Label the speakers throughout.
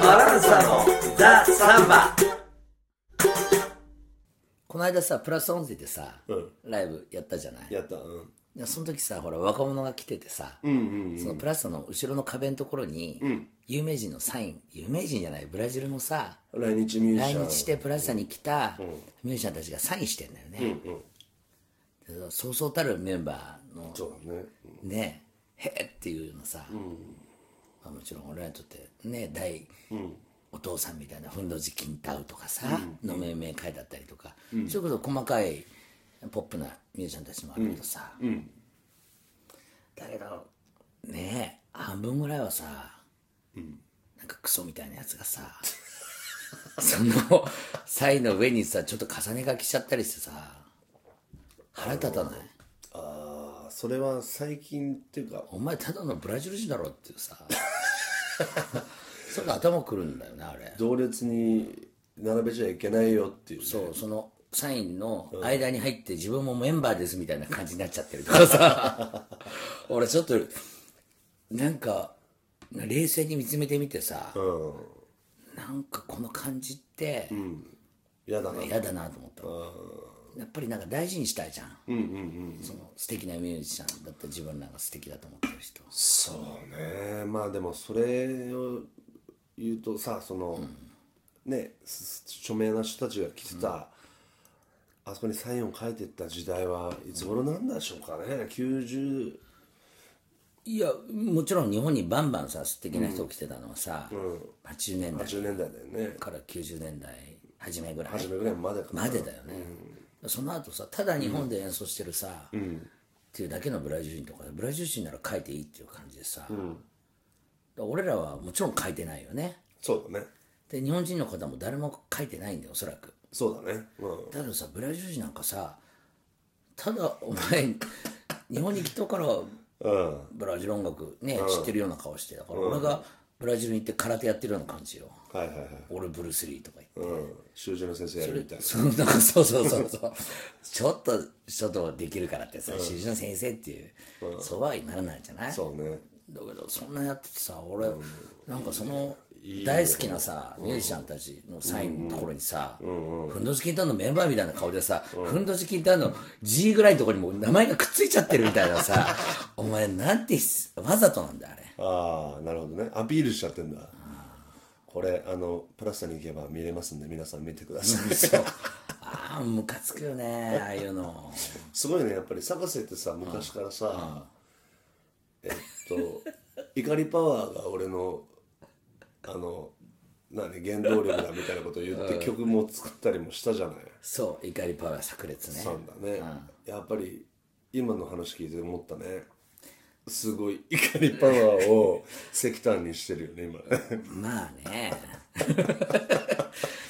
Speaker 1: バランサのザ・サンバ
Speaker 2: この間さプラス音声でさ、
Speaker 1: うん
Speaker 2: ライブやったじゃない
Speaker 1: やったうん
Speaker 2: いやその時さほら若者が来ててさ、
Speaker 1: うん
Speaker 2: そのプラスの後ろの壁のところに、有名人のサイン有名人じゃないブラジルのさ
Speaker 1: うん来日ミュー
Speaker 2: 来
Speaker 1: ジシャン
Speaker 2: 日してプラスに来たミュージシャンたちがサインしてんだよね、でそうそうたるメンバーの
Speaker 1: そうだね
Speaker 2: ねへえっていうのさ、まあ、もちろん俺らにとってね大、お父さんみたいなふんどじきんたうとかさ、の命名会だったりとか、それこそ細かいポップなミュージシャンたちもあるけどさ、だけどねえ半分ぐらいはさ、なんかクソみたいなやつがさ そのサイの上にさちょっと重ね書きしちゃったりしてさ腹立たない
Speaker 1: ああそれは最近っていうか
Speaker 2: お前ただのブラジル人だろっていうさそれが頭くるんだよねあれ
Speaker 1: 同列に並べちゃいけないよっていうね
Speaker 2: そうそのサインの間に入って自分もメンバーですみたいな感じになっちゃってるとか さ俺ちょっとなんか冷静に見つめてみてさ、
Speaker 1: うん
Speaker 2: なんかこの感じって
Speaker 1: 嫌だな
Speaker 2: 嫌だなと思った、やっぱりなんか大事にしたいじゃん,、その素敵なミュージシャンだった自分なんか素敵だと思ってる人
Speaker 1: そうねまあでもそれを言うとさその、ねす著名な人たちが来てた、あそこにサインを書いてった時代はいつ頃なんでしょうかね、90
Speaker 2: いやもちろん日本にバンバンさ素敵な人来てたのはさ、80年代
Speaker 1: 80年代だよね
Speaker 2: から90年代初めぐらい
Speaker 1: 初めぐらいまでかな
Speaker 2: までだよね、その後さただ日本で演奏してるさ、っていうだけのブラジル人とかブラジル人なら書いていいっていう感じでさ、だから俺らはもちろん書いてないよね
Speaker 1: そうだね
Speaker 2: で日本人の方も誰も書いてないんだよおそらく
Speaker 1: そうだねうん
Speaker 2: だけどさブラジル人なんかさただお前日本に来たから
Speaker 1: うん
Speaker 2: ブラジル音楽ね、知ってるような顔してだから俺がブラジルに行って空手やってるような感じよ
Speaker 1: はいはいはい
Speaker 2: 俺ブルース・リーとか言って、
Speaker 1: うん習字の先生やるみたいな
Speaker 2: そのなんかそうそうそう そうちょっとちょっとできるからってさ習字、の先生っていう、そうはならないじゃない
Speaker 1: そうね
Speaker 2: だけどそんなやっててさ俺、なんかその大好きなさミュージシャンたちのサインのところにさ、ふんどしきんたんのメンバーみたいな顔でさ、ふんどしきんたんの G ぐらいのところにもう名前がくっついちゃってるみたいな さお前なんてひわざとなんだあれ
Speaker 1: ああなるほどねアピールしちゃってんだこれあのプラスタに行けば見れますんで皆さん見てください
Speaker 2: そうああムカつくよねああいうの
Speaker 1: すごいねやっぱりサカセってさ昔からさえっと怒りパワーが俺のあの何原動力だみたいなことを言って曲も作ったりもしたじゃない
Speaker 2: そう怒りパワー炸裂ね
Speaker 1: さんだねやっぱり今の話聞いて思ったねすごい怒りパワーを石炭にしてるよ ね今
Speaker 2: まあね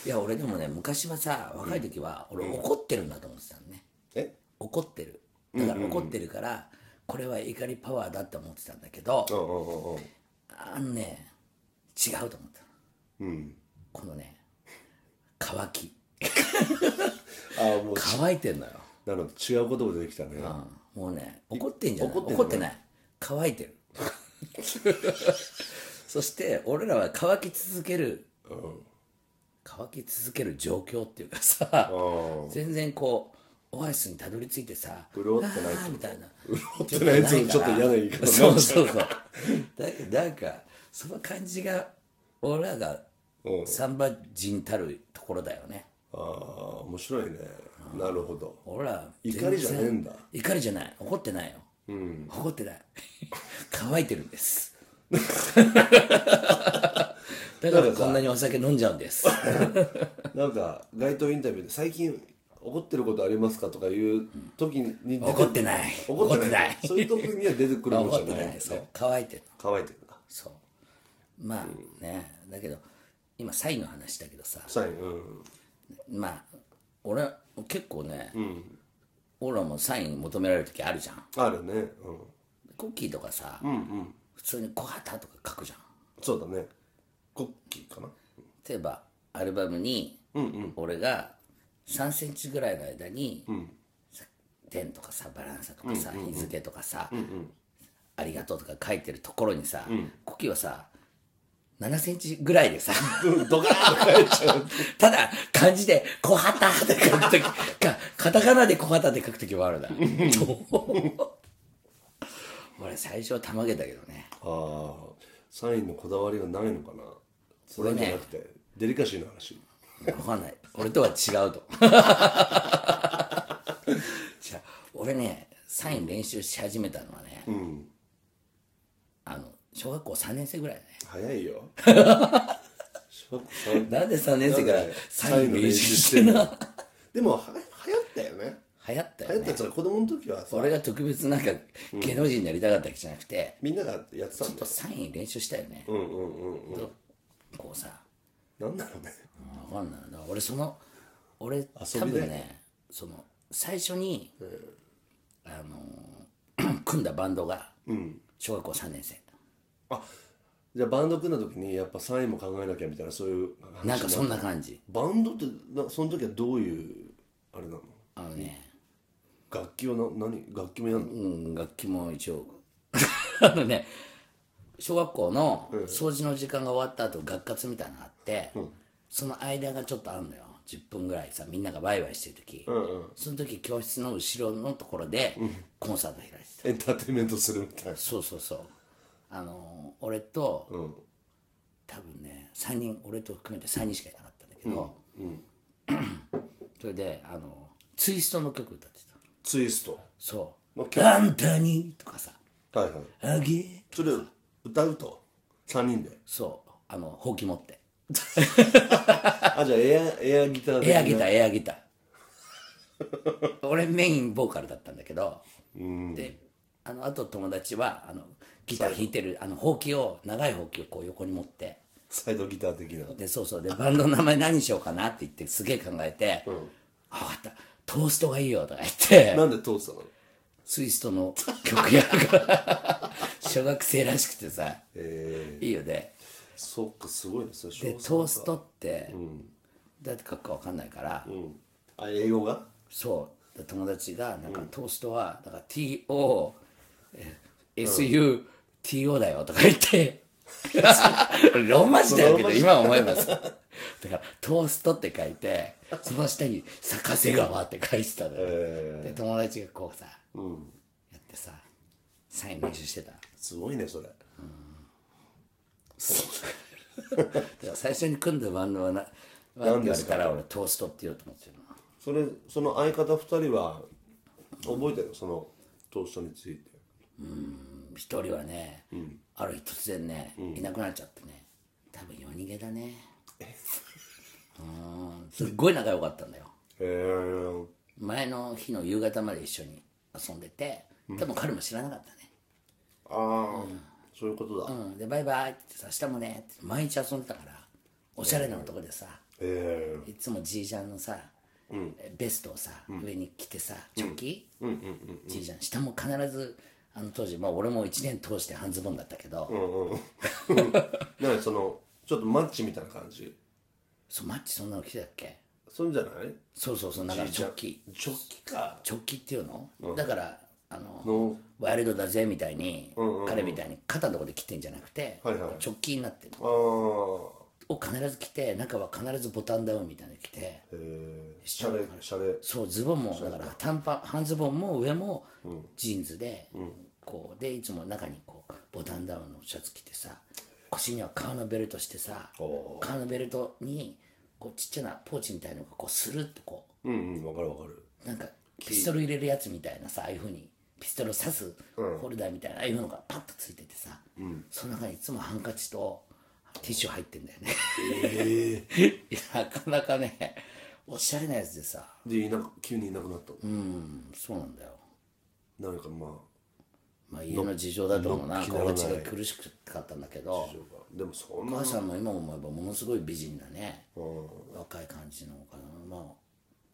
Speaker 2: いや俺でもね昔はさ若い時は俺怒ってるんだと思ってたのね
Speaker 1: え
Speaker 2: 怒ってるだから怒ってるからこれは怒りパワーだって思ってたんだけど
Speaker 1: うんうんうんうん
Speaker 2: あのね違うと思ったこのね乾き
Speaker 1: ああもう
Speaker 2: 乾いてんのよ
Speaker 1: なるほど違う言葉出てきたね
Speaker 2: もうね怒ってんじゃない
Speaker 1: 怒ってんの
Speaker 2: 怒ってない乾いて るそして俺らは乾き続ける、乾き続ける状況っていうかさ全然こうオアシスにたどり着いてさ
Speaker 1: 潤ってない
Speaker 2: あーみたいな
Speaker 1: 潤ってないやつもちょっと嫌な言い方になっちゃ
Speaker 2: そ
Speaker 1: う
Speaker 2: うそうそうだけどなんかその感じが俺らが
Speaker 1: うん
Speaker 2: サンバ人たるところだよね
Speaker 1: ああ面白いねなるほど
Speaker 2: 俺ら
Speaker 1: 怒りじゃねえん
Speaker 2: 全
Speaker 1: だ
Speaker 2: 然怒りじゃない怒ってないよ、怒ってない 乾いてるんです だからこんなにお酒飲んじゃうんです
Speaker 1: なんか街頭インタビューで最近怒ってることありますかとかいう時に出
Speaker 2: 怒ってない
Speaker 1: 怒っ
Speaker 2: 怒っ
Speaker 1: てない
Speaker 2: てない
Speaker 1: そういう時には出てくるも ん
Speaker 2: 怒
Speaker 1: じゃ
Speaker 2: って
Speaker 1: ない
Speaker 2: ないそう乾いてる
Speaker 1: 乾いてるな
Speaker 2: そうまあねだけど今サインの話だけどさ
Speaker 1: サインうん
Speaker 2: まあ俺結構ね、俺らもサイン求められる時あるじゃん
Speaker 1: あるねうん
Speaker 2: コッキーとかさ、普通に「小旗」とか書くじゃん
Speaker 1: そうだねコッキーかな
Speaker 2: 例えばアルバムに俺が3センチぐらいの間にさ点とかさバランサとかさ日付とかさありがとう」とか書いてるところにさ、コキはさ7センチぐらいでさ
Speaker 1: ドカーンって書いちゃう
Speaker 2: ただ漢字で「小旗」って書くときかカタカナで「小旗」って書くときもあるな 俺最初はたまげたけどね
Speaker 1: ああサインのこだわりがないのかなそれじゃなくて、デリカシーの話
Speaker 2: 分かんない俺とは違うと じゃあ俺ねサイン練習し始めたのはね、あの小学校3年生ぐらいだね
Speaker 1: 早いよ小学校三
Speaker 2: なんで3年生からサイン練習し
Speaker 1: サ
Speaker 2: て
Speaker 1: イン
Speaker 2: ん
Speaker 1: の
Speaker 2: の
Speaker 1: 練習してんのでもは流行ったよね
Speaker 2: 流行った
Speaker 1: 流
Speaker 2: よ
Speaker 1: 行った
Speaker 2: ね
Speaker 1: やつは子供の時はさ
Speaker 2: 俺が特別なんか芸能人になりたかったわけじゃなくて、
Speaker 1: みんながやってた
Speaker 2: ちょ
Speaker 1: ん
Speaker 2: っ
Speaker 1: だ
Speaker 2: と
Speaker 1: よ
Speaker 2: サイン練習したよね、
Speaker 1: うんうんうんうん
Speaker 2: こうさ
Speaker 1: なんだろうね
Speaker 2: 分かんないな俺その俺
Speaker 1: 遊
Speaker 2: 多
Speaker 1: びだよ
Speaker 2: 分ねその最初に、あの 組んだバンドが小学校3年生、
Speaker 1: じゃあバンド組んだ時にやっぱサインも考えなきゃみたいなそういう話
Speaker 2: なんかそんな感じ
Speaker 1: バンドってなその時はどういうあれなの
Speaker 2: あのね、
Speaker 1: 楽器はな何楽器もやんの、
Speaker 2: うん、楽器も一応 あのね小学校の掃除の時間が終わった後学活みたいなのがあって、その間がちょっとあるのよ10分ぐらいさみんながワイワイしてる時、その時教室の後ろのところでコンサート開いてた、
Speaker 1: エンターテインメントするみたいな
Speaker 2: そうそうそうあのー俺と、多分ね3人俺と含めて3人しかいなかったんだけど、 それであのツイストの曲歌ってた
Speaker 1: ツイスト
Speaker 2: そう
Speaker 1: まあ
Speaker 2: 「あんたに」とかさ
Speaker 1: はいは
Speaker 2: 「あ
Speaker 1: い
Speaker 2: げ
Speaker 1: それ歌うと3人で」
Speaker 2: そうあのほうき持って
Speaker 1: あじゃあエアエアギターで
Speaker 2: エアギターエアギター 俺メインボーカルだったんだけど、であのあと友達はあのギター弾いてるあのほうきを長いほうきをこう横に持って
Speaker 1: サイドギター的な
Speaker 2: でそうそうでバンドの名前何しようかなって言ってすげえ考えて「あ分かったトーストがいいよ」とか言って
Speaker 1: なんで通ってたの
Speaker 2: ツイストの曲やるから 小学生らしくてさ
Speaker 1: え
Speaker 2: いいよね
Speaker 1: ー、そっかすごいですね
Speaker 2: でトーストって、どうやって書くか分かんないから、
Speaker 1: あ英語が
Speaker 2: そうで友達がなんかトーストは、だから TO SUTO だよとか言 って、ローマ字だよけど今思えばさだからトーストって書いてその下に「逆瀬川」って書いてたのよ、
Speaker 1: え
Speaker 2: で友達がこうさ、やってさサイン練習してただか
Speaker 1: すごいねそれ
Speaker 2: ら最初に組んだバンドはななんて言われたら俺トーストって言おうと思ってるの
Speaker 1: それその相方2人は覚えてるのそのトーストについて
Speaker 2: 一人はね、ある日突然ね、いなくなっちゃってね多分夜逃げだねうんすっごい仲良かったんだよ
Speaker 1: へえー、
Speaker 2: 前の日の夕方まで一緒に遊んでて多分彼も知らなかったね、
Speaker 1: ああ、そういうことだ、
Speaker 2: う
Speaker 1: へ
Speaker 2: ん、でバイバイってさ明日もねって毎日遊んでたからおしゃれな男でさ、
Speaker 1: え
Speaker 2: いつもじいちゃんのさ、ベストをさ、上に着てさチョッキじいちゃん下も必ずあの当時、まあ、俺も1年通して半ズボンだったけど、
Speaker 1: ー、なんかそのちょっとマッチみたいな感じ
Speaker 2: そうマッチそんなの着てたっけ
Speaker 1: そんじゃない
Speaker 2: そうそうそうだからチョッキ
Speaker 1: チョッキか
Speaker 2: チョッキっていうの、だからあの
Speaker 1: の
Speaker 2: ワイルドだぜみたいに、彼みたいに肩のとこで着てんじゃなくて、
Speaker 1: はいはい
Speaker 2: チョッキになってる
Speaker 1: ああ
Speaker 2: を必ず着て中は必ずボタンダウンみたいなの着て
Speaker 1: へえシャレシャレ
Speaker 2: そうズボンもだから短パン半ズボンも上もジーンズで、こうでいつも中にこうボタンダウンのシャツ着てさ腰には革のベルトしてさ革のベルトにこうちっちゃなポーチみたいのがこうスルッとこう
Speaker 1: うんうんわかるわかる
Speaker 2: なんかピストル入れるやつみたいなさああいうふうにピストルを刺すホルダーみたいな、ああいうのがパッとついててさ、その中にいつもハンカチとティッシュ入ってんだよね
Speaker 1: ええ
Speaker 2: いやなかなかねおしゃれなやつでさ
Speaker 1: でいなく急にいなくなったの、
Speaker 2: うんそうなんだよ
Speaker 1: なんかま
Speaker 2: まあ家の事情だと思うな
Speaker 1: のっきなら
Speaker 2: 心
Speaker 1: ない
Speaker 2: 地が苦しかったんだけ
Speaker 1: あ
Speaker 2: ど
Speaker 1: 事情がでもそん
Speaker 2: お
Speaker 1: な
Speaker 2: 母さんも今思えばものすごい美人だね
Speaker 1: うん
Speaker 2: 若い感じのかなまあ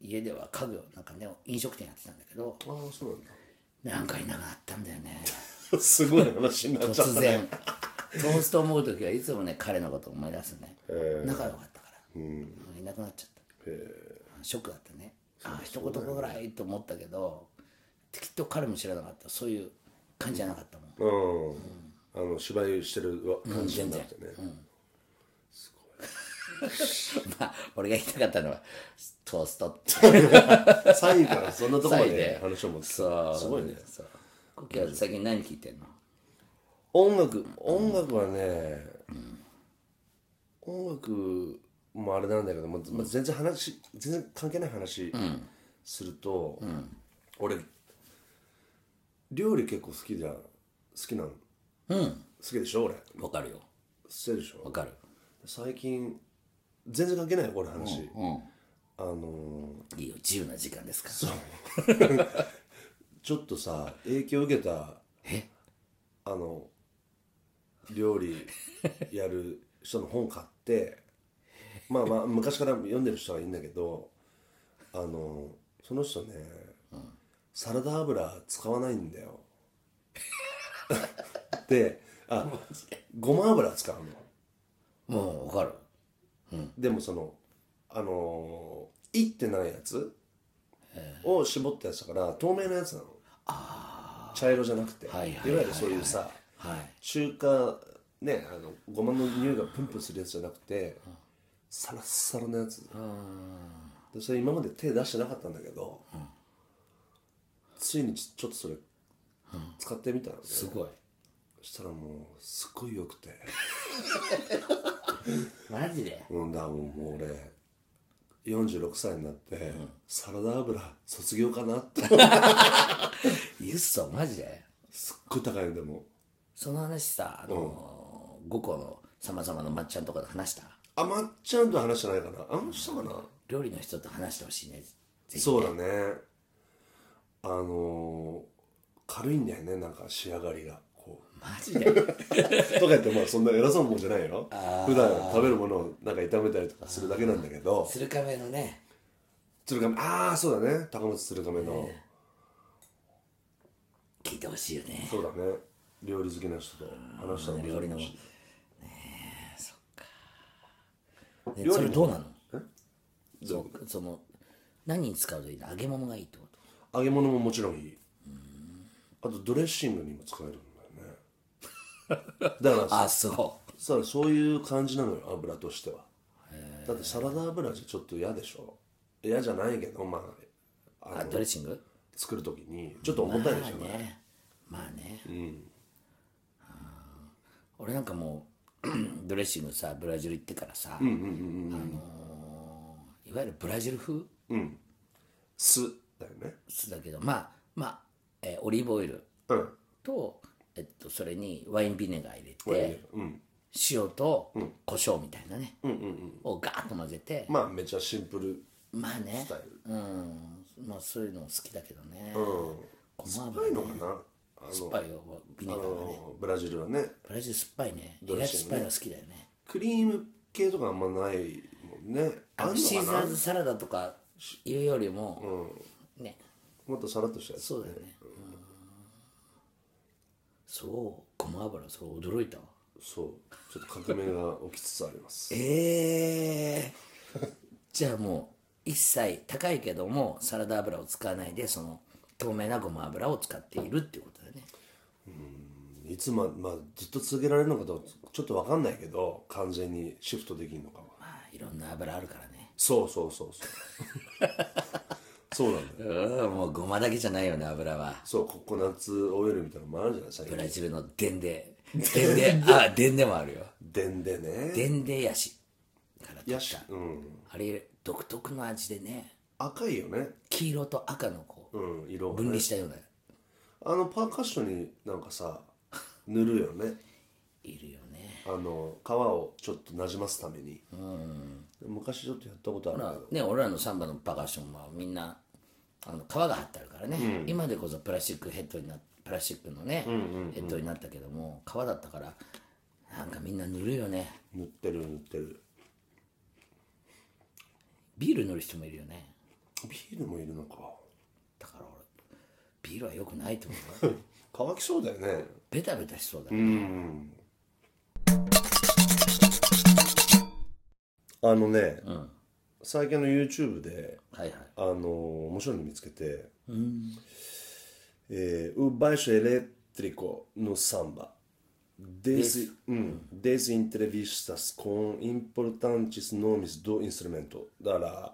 Speaker 2: 家では家業なんかね飲食店やってたんだけど
Speaker 1: ああそうなん だ
Speaker 2: なんかいなくなったんだよね
Speaker 1: すごい話になっちゃっ
Speaker 2: 突
Speaker 1: た
Speaker 2: 然 トーストを思う時はいつもね彼のことを思い出すね、仲良かったから、いなくなっちゃった、ショックだったねああ一言ぐらいと思ったけどきっと彼も知らなかったそういう感じじゃなかったもん、
Speaker 1: うん、あの芝居してるわ感じじゃなくてね、
Speaker 2: まあ俺が言いたかったのはトーストって
Speaker 1: サインからそんなところま
Speaker 2: サインで
Speaker 1: で話を持って
Speaker 2: そう
Speaker 1: すごいね
Speaker 2: そうコキは最近何聴いてんの
Speaker 1: 音楽音楽はね、音楽もあれなんだけど、まま全然話全然関係ない話すると、俺料理結構好きじゃん好きなん好
Speaker 2: うん
Speaker 1: きでしょ俺
Speaker 2: わかるよ
Speaker 1: してるでしょ
Speaker 2: わかる
Speaker 1: 最近全然関係ないよこれ話、
Speaker 2: うん
Speaker 1: あの
Speaker 2: いいよ自由な時間ですから
Speaker 1: ーちょっとさ影響受けた
Speaker 2: え
Speaker 1: あの料理やる人の本買ってまあまあ昔から読んでる人はいいんだけどあのその人ね、サラダ油使わないんだよであごま油使うの
Speaker 2: もうわかる
Speaker 1: でもそのあのーいってないやつを絞ったやつだから透明なやつなの茶色じゃなくて、
Speaker 2: はいはいはいはい
Speaker 1: いわゆるそういうさ
Speaker 2: はい
Speaker 1: 中華ねあのごまの匂いがプンプンするやつじゃなくてサラッサラのやつでそれ今まで手出してなかったんだけど、ついにちちょっとそれ使ってみたのね、
Speaker 2: すごい
Speaker 1: そしたらもうすっごい良くて、
Speaker 2: マジで
Speaker 1: うん、だからもうもう俺46歳になって、サラダ油卒業かなって
Speaker 2: ゆっそマジです
Speaker 1: っごい高いんでも
Speaker 2: その話さあの5個のさまざまなまっちゃんとかで話した
Speaker 1: あまっちゃんと話してないかなあの人かな、
Speaker 2: 料理の人と話してほ しいねぜひ
Speaker 1: そうだねあのー軽いんだよねなんか仕上がりがこう
Speaker 2: マジで
Speaker 1: とか言ってまあそんな偉そうなもんじゃないよ普段食べるものをなんか炒めたりとかするだけなんだけど
Speaker 2: 鶴亀のね
Speaker 1: 鶴亀ああそうだね高松鶴亀の、
Speaker 2: 聞いてほしいよね
Speaker 1: そうだね料理好きな人と話したのも
Speaker 2: 料理の
Speaker 1: 面白い
Speaker 2: で
Speaker 1: 料理
Speaker 2: それどうなの
Speaker 1: え
Speaker 2: そうその何に使うといいの揚げ物がいいってこと
Speaker 1: 揚げ物ももちろんいいあとドレッシングにも使えるんだよねだか ら
Speaker 2: あそ
Speaker 1: さそういう感じなのよ油としてはだってサラダ油じゃちょっと嫌でしょ嫌じゃないけどまあ
Speaker 2: うあドレッシング
Speaker 1: 作る時にちょっと重たいでしょ、
Speaker 2: まあねまあねあー俺なんかもう ドレッシングさブラジル行ってからさあのーいわゆるブラジル風
Speaker 1: 酢だよね
Speaker 2: 酢だけどまあまあ、えーオリーブオイル
Speaker 1: うん
Speaker 2: と、えっと、それにワインビネガー入
Speaker 1: こ
Speaker 2: れ
Speaker 1: れ
Speaker 2: て
Speaker 1: うん
Speaker 2: 塩と胡椒みたいなね、をガーッと混ぜて
Speaker 1: まあめちゃシンプル
Speaker 2: まあね
Speaker 1: スタイル
Speaker 2: うんまあそういうのも好きだけどね、ごま
Speaker 1: な
Speaker 2: 油
Speaker 1: いのかなあ
Speaker 2: 酸っぱいよビネガ
Speaker 1: あ
Speaker 2: ーがね
Speaker 1: のブラジルはね
Speaker 2: ブラジル酸っぱいね意
Speaker 1: ドレ
Speaker 2: 外と
Speaker 1: ッシ
Speaker 2: 酸っぱ
Speaker 1: ングね
Speaker 2: いの好きだよね
Speaker 1: クリーム系とかあんまないもんねあんの
Speaker 2: シーザ
Speaker 1: か
Speaker 2: ー
Speaker 1: な
Speaker 2: ズサラダとかいうよりも、ね
Speaker 1: もっとさらっとしたやつ
Speaker 2: そうだよね、うんそうごま油そう驚いたわ
Speaker 1: そうちょっと革命が起きつつあります
Speaker 2: ええじゃあもう一切高いけどもサラダ油を使わないでその透明なごま油を使っているっていうことだよね
Speaker 1: いつままあずっと続けられるのかどうかちょっと分かんないけど完全にシフトできるのかは
Speaker 2: まあいろんな油あるからね
Speaker 1: そうそうそうそう そうなんだよ
Speaker 2: うんもうごまだけじゃないよね油は
Speaker 1: そうココナッツオイルみたいなのもあるじゃない最
Speaker 2: ブ
Speaker 1: 近
Speaker 2: ラジルのでんででん であでんでもあるよ
Speaker 1: でんでね
Speaker 2: でんでやしから取
Speaker 1: や
Speaker 2: っ
Speaker 1: したうん
Speaker 2: あれ独特の味でね
Speaker 1: 赤いよね
Speaker 2: 黄色と赤のこう
Speaker 1: うん色が
Speaker 2: 分離
Speaker 1: ね
Speaker 2: したような
Speaker 1: あのパーカッションになんかさ塗るよね
Speaker 2: いるよね
Speaker 1: あの皮をちょっとなじますために昔ちょっとやったことあるけ
Speaker 2: ま
Speaker 1: ど
Speaker 2: あね、俺らのサンバのパーカッションはみんなあの皮が張ってあるからね、今でこそプラスチックヘッドになプラスチックのね、ヘッドになったけども皮だったからなんかみんな塗るよね
Speaker 1: 塗ってる塗ってる
Speaker 2: ビール塗る人もいるよね
Speaker 1: ビールもいるのか
Speaker 2: だから俺ビールは良くないと思うよ
Speaker 1: 乾きそうだよね
Speaker 2: ベタベタしそうだね、
Speaker 1: あのね、最近の YouTube で
Speaker 2: はいはい
Speaker 1: あの面白いの見つけて、えー、うばいしょえれ elétrico no samba. Des, hum, des entrevistas com importantes nomes do instrumento. だから、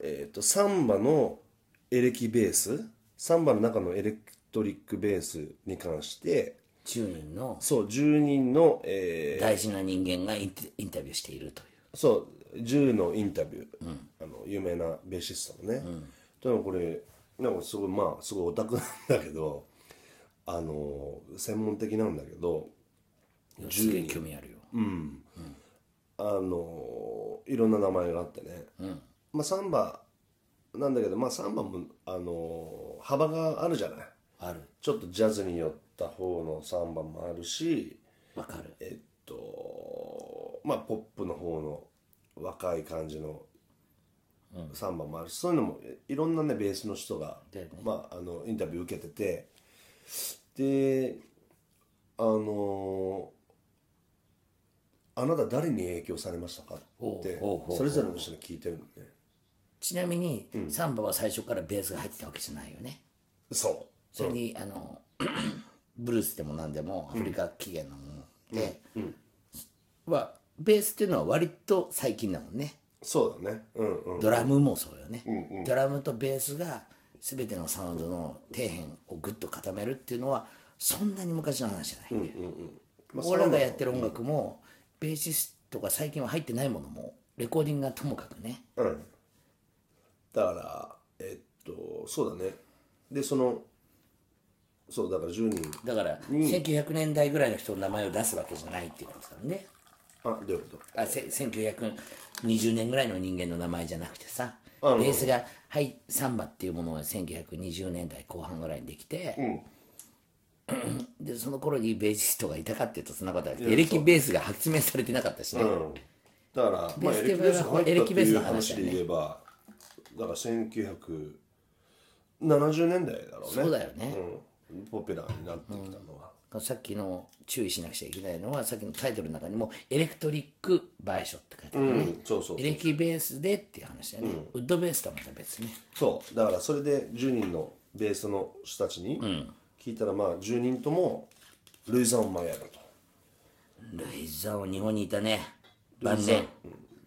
Speaker 1: えっ、と、サンバのエレキベース、サンバの中のエレクトリックベースに関して、
Speaker 2: 10人の
Speaker 1: そう、10人の、えー
Speaker 2: 大事な人間がインテインタビューしているという
Speaker 1: そう銃のインタビュー、あの有名なベーシストのね、でもこれなんかすごいまあすごいオタクなんだけどあの専門的なんだけど
Speaker 2: いやすげえ興味あるよ、
Speaker 1: あのいろんな名前があってね、まあサンバなんだけどまあサンバもあの幅があるじゃない
Speaker 2: ある
Speaker 1: ちょっとジャズに寄った方のサンバもあるし
Speaker 2: わかる
Speaker 1: えっとまあポップの方の若い感じのサンバもあるし、そういうのもえいろんなねベースの人が、
Speaker 2: だよね
Speaker 1: まあ、あのインタビュー受けててであのあなた誰に影響されましたか?」って
Speaker 2: おうおうおうおう
Speaker 1: それぞれの人に聞いてるのね
Speaker 2: ちなみに、サンバは最初からベースが入ってたわけじゃないよね
Speaker 1: そう
Speaker 2: それにあの ブルースでも何でもアフリカ起源のもので、はベースっていうのは割と最近だもんね
Speaker 1: そうだねうんうん
Speaker 2: ドラムもそうよね、ドラムとベースが全てのサウンドの底辺をグッと固めるっていうのはそんなに昔の話じゃない、
Speaker 1: まあ
Speaker 2: 俺らがやってる音楽も、ベーシストが最近は入ってないものもレコーディングがともかくね
Speaker 1: うん、だからえっとそうだねでそのそうだから10人
Speaker 2: だから、1900年代ぐらいの人の名前を出すわけじゃないっていうことですからね
Speaker 1: あどういうこと
Speaker 2: あせ1920年ぐらいの人間の名前じゃなくてさベースが「はいサンバ」っていうものが1920年代後半ぐらいにできて、でその頃にベーシストがいたかっていうとそんなことはなくてエレキベースが発明されてなかったしね、
Speaker 1: うんだから、まあ、エ
Speaker 2: ベー
Speaker 1: レキ
Speaker 2: ス
Speaker 1: ベースが入った
Speaker 2: エレ
Speaker 1: っ
Speaker 2: キ
Speaker 1: て
Speaker 2: ベース
Speaker 1: いう
Speaker 2: の話だよ
Speaker 1: 話で
Speaker 2: ね
Speaker 1: 言えばだから1970年代だろうね
Speaker 2: そうだよね、
Speaker 1: うん、ポピュラーになってきたのは、
Speaker 2: さっきの注意しなくちゃいけないのはさっきのタイトルの中にも「エレクトリック・バイショ」って書いてある
Speaker 1: う
Speaker 2: ね、
Speaker 1: んそうそう
Speaker 2: エレキベースでっていう話だよね、ウッドベースとはまた別ね
Speaker 1: そうだからそれで10人のベースの人たちに聞いたら、まあ10人ともルイザン・マイヤーだと
Speaker 2: ルイザンは日本にいたね晩年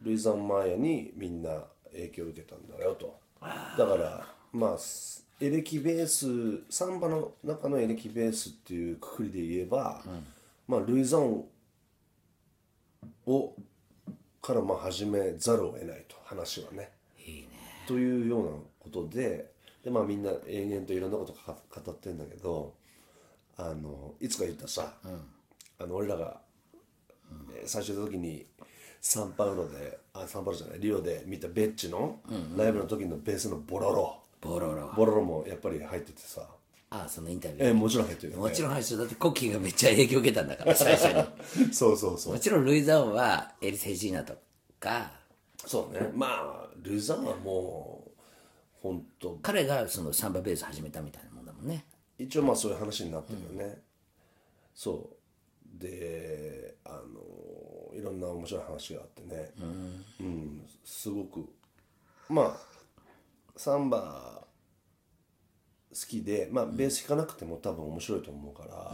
Speaker 1: ルイザン・マーヤにみんな影響を受けたんだよとだからまあすエレキベースサンバの中のエレキベースっていうくくりで言えば、まあルイザンをからまあ始めざるを得ないと話はね
Speaker 2: いいね
Speaker 1: というようなことでで、まあ、みんな延々といろんなことか語ってんだけどあのいつか言ったさ、あの俺らが、えー最初の時にサンパウロであサンパウロじゃないリオで見たベッチのライブの時のベースのボロロ、
Speaker 2: ボロロ
Speaker 1: ボロロもやっぱり入っててさ、
Speaker 2: ああそのインタビュー
Speaker 1: えーもちろん入ってるよ、ね、
Speaker 2: もちろん最初だってコッキーがめっちゃ影響受けたんだから最初に
Speaker 1: そうそうそう
Speaker 2: もちろんルイ・ザオンはエリセジーナとか
Speaker 1: そうねまあルザンはもう本当
Speaker 2: 彼がそのサンバベース始めたみたいなもんだもんね
Speaker 1: 一応まあそういう話になってるよね、そうであのいろんな面白い話があってねうん、すごくまあサンバ好きでまあベース弾かなくても多分面白いと思うから、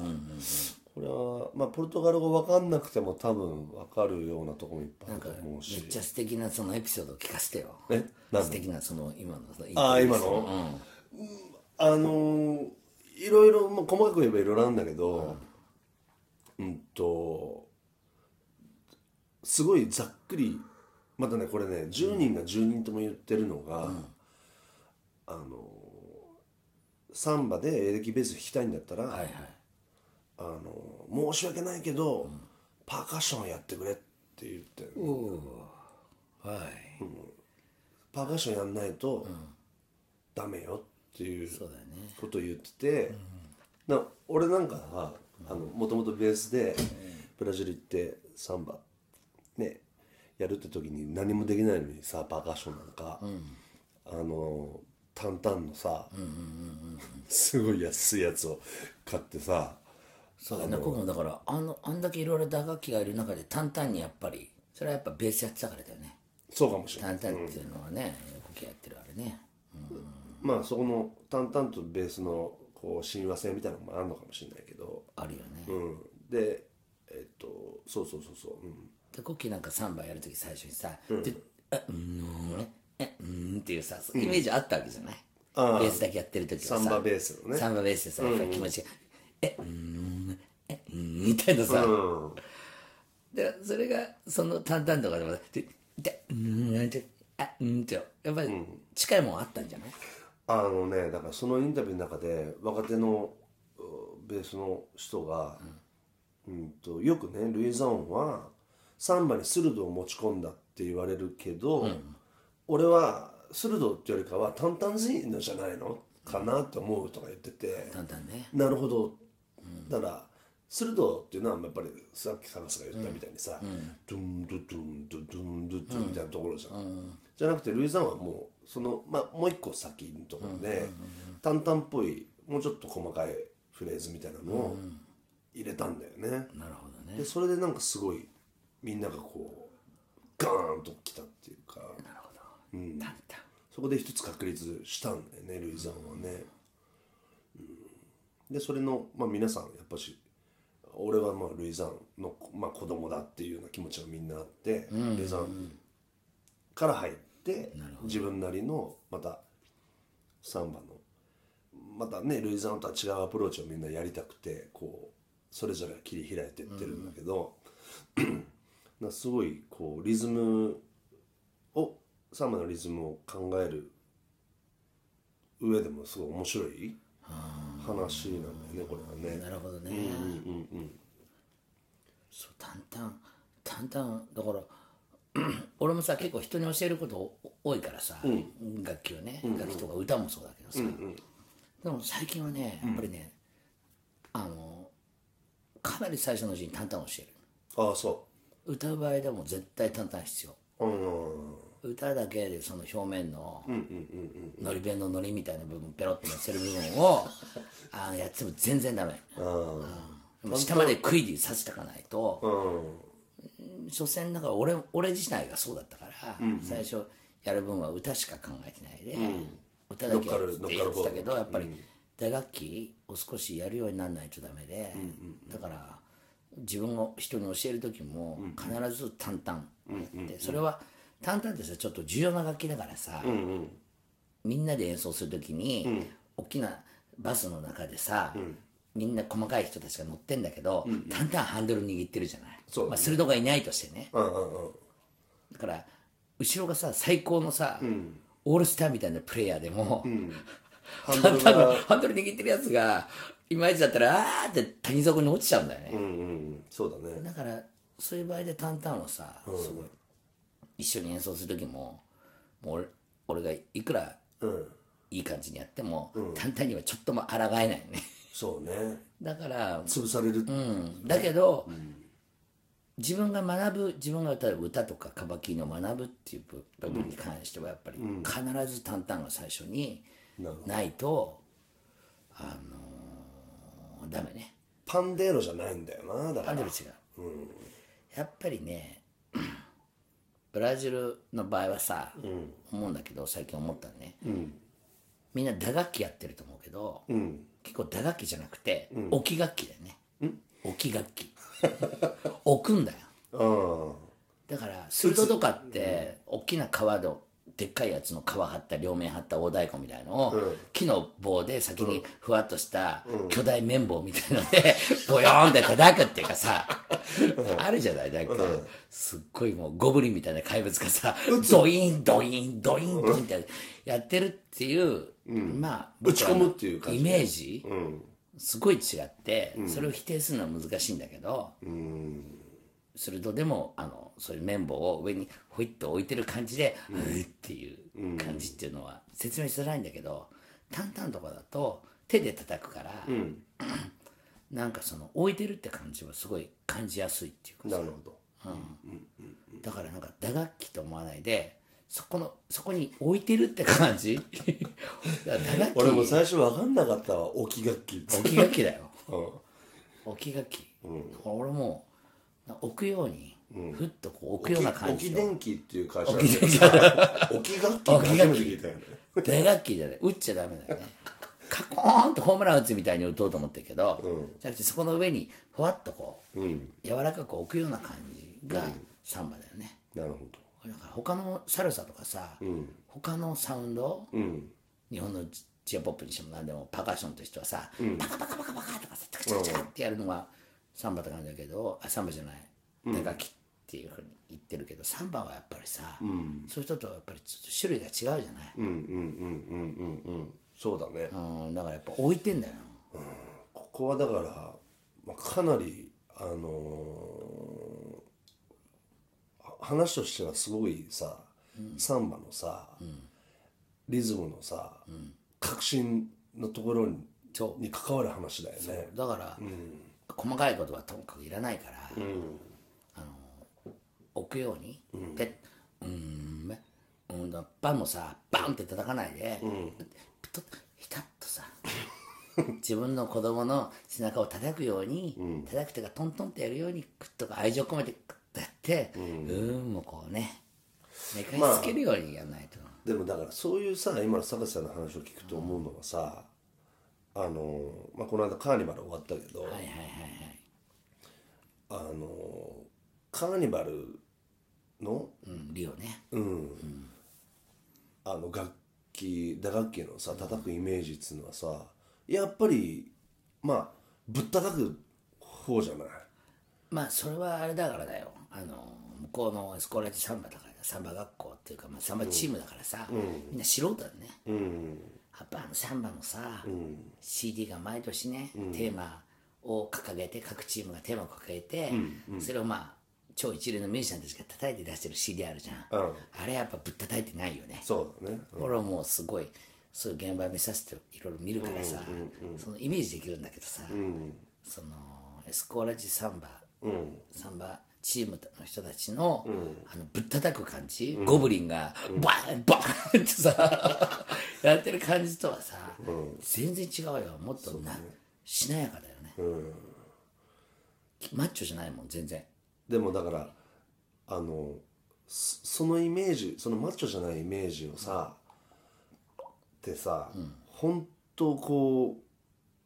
Speaker 1: これはまあポルトガル語分かんなくても多分分かるようなとこもいっぱいあると思う
Speaker 2: めっ
Speaker 1: し
Speaker 2: ちゃ素敵なそのエピソードを聞かせてよ
Speaker 1: えなん
Speaker 2: 素敵なその今のそのイン
Speaker 1: ああ
Speaker 2: タビュー
Speaker 1: 今の、うんあのーいろいろ、まあ、細かく言えばいろいろあるんだけどうん、とすごいざっくりまたねこれね10人が10人とも言ってるのが、あのーサンバでエレキベース弾きたいんだったら、
Speaker 2: はいはい
Speaker 1: あのー申し訳ないけど、パーカッションやってくれって言ってる
Speaker 2: おおはい、
Speaker 1: パーカッションやんないとダメよっていう
Speaker 2: そうだよね
Speaker 1: ことを言ってて、な俺なんかはあのもともとベースでブラジル行ってサンバねやるって時に何もできないのにさパーカッションなんか、あのタンタンのさ、すごい安いやつを買ってさ
Speaker 2: そうだね僕もだからあのあんだけいろいろ打楽器がいる中で淡々にやっぱりそれはやっぱベースやってたからだよね
Speaker 1: そうかもしれない。
Speaker 2: 淡々っていうのはね、よくやってるあれね
Speaker 1: まあそこの淡々とベースのこう親和性みたいなのもあるのかもしれないけど、
Speaker 2: あるよね、
Speaker 1: うん、でえっとそうそうそうそう、うん、
Speaker 2: でコッキーなんかサンバやるとき最初にさ「であうーんえうーん」っていうさイメージあったわけじゃない、
Speaker 1: ああ
Speaker 2: ベースだけやってるときはさ
Speaker 1: サンバベースのね
Speaker 2: サンバベースでさやっぱ気持ちが「えうーんえうーん」みたいなさ、
Speaker 1: うん、
Speaker 2: でそれがその淡々とかでもで「でうーん」って「あうーん」ってやっぱり近いもんあったんじゃない、
Speaker 1: あのねだからそのインタビューの中で若手のうベースの人が、うん、とよくねルイ・ザオンはサンバに鋭を持ち込んだって言われるけど、俺は鋭ってよりかは淡々しいのじゃないのかなって思うとか言ってて、
Speaker 2: 淡々ね
Speaker 1: なるほど、だから鋭っていうのはやっぱりさっきサガスが言ったみたいにさ、ドゥンドゥドゥンドゥドゥンドゥドゥンみたいなところじゃん、じゃなくてルイ・ザンはもうその、まあ、もう一個先のところで、淡々っぽいもうちょっと細かいフレーズみたいなのを入れたんだよね、
Speaker 2: なるほどね
Speaker 1: でそれでなんかすごいみんながこうガーンときたっていうか
Speaker 2: なるほど、淡々
Speaker 1: そこで一つ確立したんだよねルイさんはね、うんでそれの、まあ、皆さんやっぱし俺はまあルイさんの、まあ、子供だっていうような気持ちがみんなあって、ルイさんから入って自分なりのまたサンバのまたねルイ・ザンとは違うアプローチをみんなやりたくてこうそれぞれが切り開いてってるんだけど、 なすごいこうリズムをサンバのリズムを考える上でもすごい面白い話なんだよねこれはね。
Speaker 2: なるほどね、そう淡々淡々だから 俺もさ結構人に教えること多いからさ、楽器をね、楽器とか歌もそうだけどさ、でも最近はねやっぱりね、あのかなり最初のうちに淡々を教える
Speaker 1: ああそ
Speaker 2: 歌う場合でも絶対淡々必要
Speaker 1: う。うん
Speaker 2: 歌だけでその表面ののり弁ののりみたいな部分ペロッと乗せる部分をあのやっても全然ダメうん下まで食いで刺していかないと、
Speaker 1: うん
Speaker 2: 所詮だから俺俺自体がそうだったから、最初やる分は歌しか考えてないで、歌だけやってやってたけどやっぱり打楽器を少しやるようにならないとダメで、だから自分を人に教える時も必ず淡々やって、それは淡々ってさちょっと重要な楽器だからさ、みんなで演奏する時に、大きなバスの中でさ、みんな細かい人たちが乗ってんだけど、淡々ハンドル握ってるじゃない
Speaker 1: そうだね
Speaker 2: まあ、鋭がいないとしてね
Speaker 1: うんうんうん
Speaker 2: だから後ろがさ最高のさ、オールスターみたいなプレイヤーでも、
Speaker 1: ハン
Speaker 2: 淡
Speaker 1: ドル
Speaker 2: 々の
Speaker 1: が
Speaker 2: ハンドル握ってるやつがいまいちだったらあーって谷底に落ちちゃうんだよね、
Speaker 1: うんうんそうだね
Speaker 2: だからそういう場合で淡々をさ、すごい一緒に演奏する時ももう俺俺がいくら
Speaker 1: うん
Speaker 2: いい感じにやっても、淡々にはちょっとも抗えないね
Speaker 1: そうね
Speaker 2: だから
Speaker 1: 潰される
Speaker 2: うん、だけど、自分が学ぶ自分が歌う歌とかカバキリの学ぶっていう部部分に関してはやっぱり必ず淡々が最初に
Speaker 1: なるほ
Speaker 2: ないと、あのーダメね
Speaker 1: パンデーロじゃないんだよなだか
Speaker 2: アン
Speaker 1: ら
Speaker 2: ドル違う、やっぱりねブラジルの場合はさ、思うんだけど最近思ったのね、みんな打楽器やってると思うけど、結構打楽器じゃなくて、置き楽器だよね置き楽器 置くんだよ
Speaker 1: うん
Speaker 2: だからスートとかって大きな革のでっかいやつの皮張った両面張った大太鼓みたいのを、木の棒で先にふわっとした巨大綿棒みたいの で、ボヨーンって叩くっていうかさ、あるじゃないなんか、すっごいもうゴブリンみたいな怪物がさ、ドインドインドインドインってやってるっていう、まあ
Speaker 1: 打ち込むっていう感じ
Speaker 2: イメージ、すごい違って、それを否定するのは難しいんだけど、するとでもあのそういう綿棒を上にほいっと置いてる感じで「うーっていう感じっていうのは説明しづらいんだけど淡々とかだと手で叩くから、 なんかその置いてるって感じはすごい感じやすいっていうか
Speaker 1: なるほど
Speaker 2: だからなんか打楽器と思わないでそこのそこに置いてるって感じ だから打楽器
Speaker 1: 俺も最初分かんなかったわ置き楽器って
Speaker 2: 置き楽器だよ
Speaker 1: うん
Speaker 2: 置き楽器、だから俺もな置くように、ふっとこう置くような感
Speaker 1: 置
Speaker 2: じ
Speaker 1: き
Speaker 2: の
Speaker 1: 電気っていう会社なんだ けどさ置き楽器って初めて聞いたよね
Speaker 2: 大楽器じゃない打っちゃダメだよねカコーンとホームラン打つみたいに打とうと思ってるけど、じゃなくてそこの上にふわっとこう、柔らかく置くような感じがサンバだよね、
Speaker 1: なるほ
Speaker 2: だから他のサルサとかさ、他のサウンド、日本のチアポップにしても何でもパーカッションとしてはさ、パカパカパカパカとかさチャカチャカチャカってやるのがサンバって感じだけどあサンバじゃない打楽器っていうふうに言ってるけどサンバはやっぱりさ、そういう人とはやっぱりちょっと種類が違うじゃない、
Speaker 1: どうんうんうんうんうんうんそうだね、
Speaker 2: うん、だからやっぱ置いてんだよ、
Speaker 1: ここはだから、まあ、かなりあのーは話としてはすごいさ、サンバのさ、リズムのさ、革新のところに
Speaker 2: そ
Speaker 1: に関わる話だよね
Speaker 2: だから、細かいことはともかくいらないから、あの置くように、ペッうーんねうんだバンもさバンって叩かないで、ピトッピタッとさ自分の子供の背中を叩くように、叩くというかトントンってやるようにクッとか愛情込めてクッとやってうーんもこうね寝かしつけるようにやらないと、
Speaker 1: でもだからそういうさ今の坂瀬さんの話を聞くと思うのはさ、あのーまあ、この間カーニバル終わったけど、
Speaker 2: はいはいはいはい
Speaker 1: あのーカーニバルの
Speaker 2: うんリオね
Speaker 1: あの楽器打楽器のさ叩くイメージっつうのはさやっぱりまあぶったたく方じゃない
Speaker 2: まあそれはあれだからだよあの向こうのエスコーラジサンバだからサンバ学校っていうか、まあ、サンバチームだからさ、みんな素人だね、やっぱあのサンバのさ、CD が毎年ね、テーマを掲げて各チームがテーマを掲げて、それをまあ超一流のミュージシャンたちが叩いて出してる CD あるじゃん、
Speaker 1: うん
Speaker 2: あれやっぱぶったたいてないよね
Speaker 1: そうだね
Speaker 2: 俺はもうすごいそういう現場見させていろいろ見るからさ、そのイメージできるんだけどさ、そのエスコーラジサンバ、サンバチームの人たちの,、あのぶったたく感じ、ゴブリンがバーンバーンって さやってる感じとはさ、全然違うよもっとな、しなやかだよね、マッチョじゃないもん全然
Speaker 1: でもだからあのそそのイメージそのマッチョじゃないイメージをさってさ、本当こ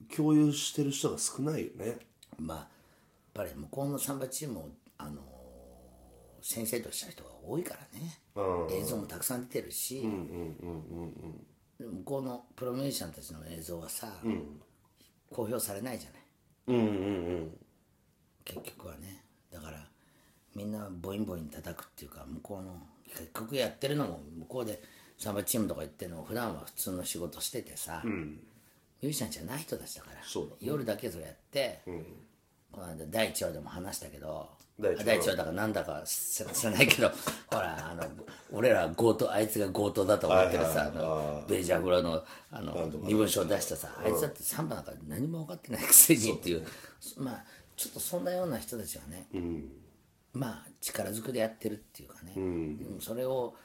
Speaker 1: う共有してる人が少ないよね
Speaker 2: まあやっぱり向こうのサンバチームを、あのー先生とした人が多いからね、映像もたくさん出てるし、向こうのプロミュージシャンたちの映像はさ、公表されないじゃない
Speaker 1: うんうん
Speaker 2: 結局はねだからみんなボインボイン叩くっていうか向こうの結局やってるのも向こうでサンバチームとか行ってるのも普段は普通の仕事しててさ、ミュージシャンじゃない人たちだから
Speaker 1: そうだね
Speaker 2: 夜だけそれやって、この間第1話でも話したけど
Speaker 1: 第一話
Speaker 2: あ第1話だからなんだか知知らないけどほらあの俺ら強盗あいつが強盗だと思ってるさ、あのベージャーフロのあの身分証出したさあいつだってサンバなんか何も分かってないくせにっていうまあちょっとそんなような人たちはね、まあ力ずくでやってるっていうかね、でもそれを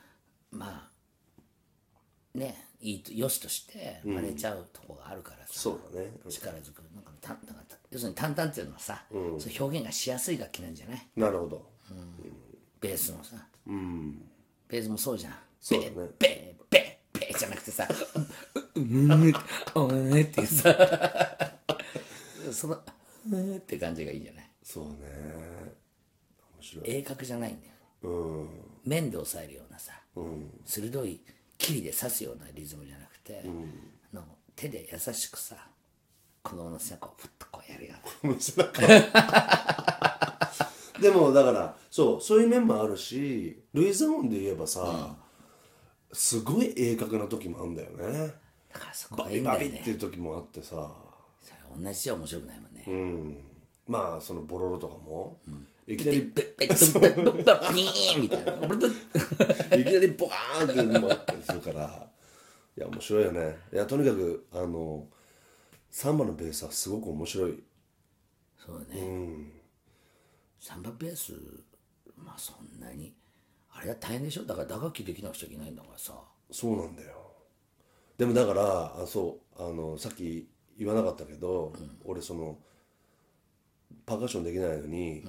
Speaker 2: まあねいいとよしとして真似ちゃうとこがあるからさ、
Speaker 1: そうだね
Speaker 2: 力ずくなんかたなんかた要するに淡々っていうのはさ、そう表現がしやすい楽器なんじゃない
Speaker 1: なるほど
Speaker 2: ベースのさ、ベースもそうじゃん
Speaker 1: そうだね
Speaker 2: ベーベーベーじゃなくてさ「うんうんおね」っていうさその「うん」って感じがいいんじゃない
Speaker 1: そうね面白い
Speaker 2: 鋭角じゃないんだよね
Speaker 1: うん
Speaker 2: 面で押さえるようなさ、鋭い切りで刺すようなリズムじゃなくて、あの手で優しくさ子供の背中をふっとこうやるような
Speaker 1: 面白かったでもだからそうそういう面もあるしルイ・ザオンで言えばさ、すごい鋭角な時もあるんだよね
Speaker 2: だからそこ
Speaker 1: バ
Speaker 2: がいい
Speaker 1: ビ
Speaker 2: んだ
Speaker 1: バ
Speaker 2: よ
Speaker 1: ビっ
Speaker 2: ね
Speaker 1: ていう時もあってさ
Speaker 2: それ同じじゃ面白くないもんね、
Speaker 1: うんまあそのボロロとかも、いきな
Speaker 2: で
Speaker 1: り
Speaker 2: ペッペッドンペッドンペッドンピーンみたいな
Speaker 1: いきなりボカーンっていうのもあったりするからいや面白いよねいやとにかくあのサンバのベースはすごく面白い
Speaker 2: そうね、サンバベースまあそんなにあれは大変でしょだから打楽器できなくちゃいけないんだからさ
Speaker 1: そうなんだよでもだからあそうあのさっき言わなかったけど、俺そのパーカッションできないのに、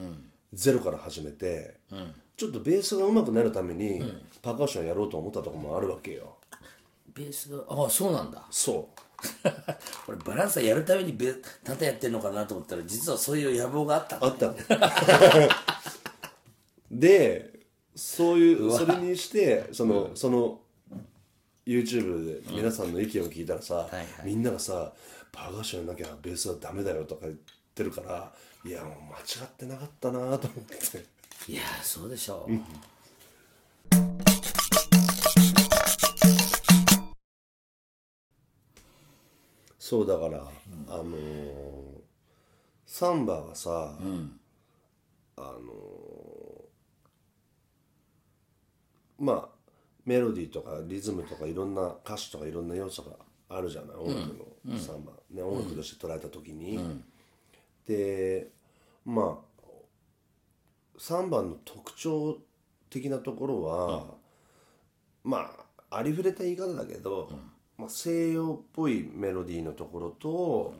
Speaker 1: ゼロから始めて、ちょっとベースが上手くなるために、パーカッションやろうと思ったとこもあるわけよ、
Speaker 2: ベースがああそうなんだ
Speaker 1: そう
Speaker 2: 俺バランサーやるためにべただやってるのかなと思ったら実はそういう野望があったんだ
Speaker 1: あったのでそういうそれにしてその、その YouTube で皆さんの意見を聞いたらさ、
Speaker 2: いはい
Speaker 1: みんながさ「パーカッションやんなきゃベースはダメだよ」とか言ってるからいやもう間違ってなかったなと思って
Speaker 2: いやーそうでしょう、
Speaker 1: そうだから、あのーサンバがさ、あのーまあメロディーとかリズムとかいろんな歌詞とかいろんな要素があるじゃない音楽のサンバ、ね、音楽として捉えた時に、でまあ3番の特徴的なところは、まあありふれた言い方だけど、まあ、西洋っぽいメロディーのところと、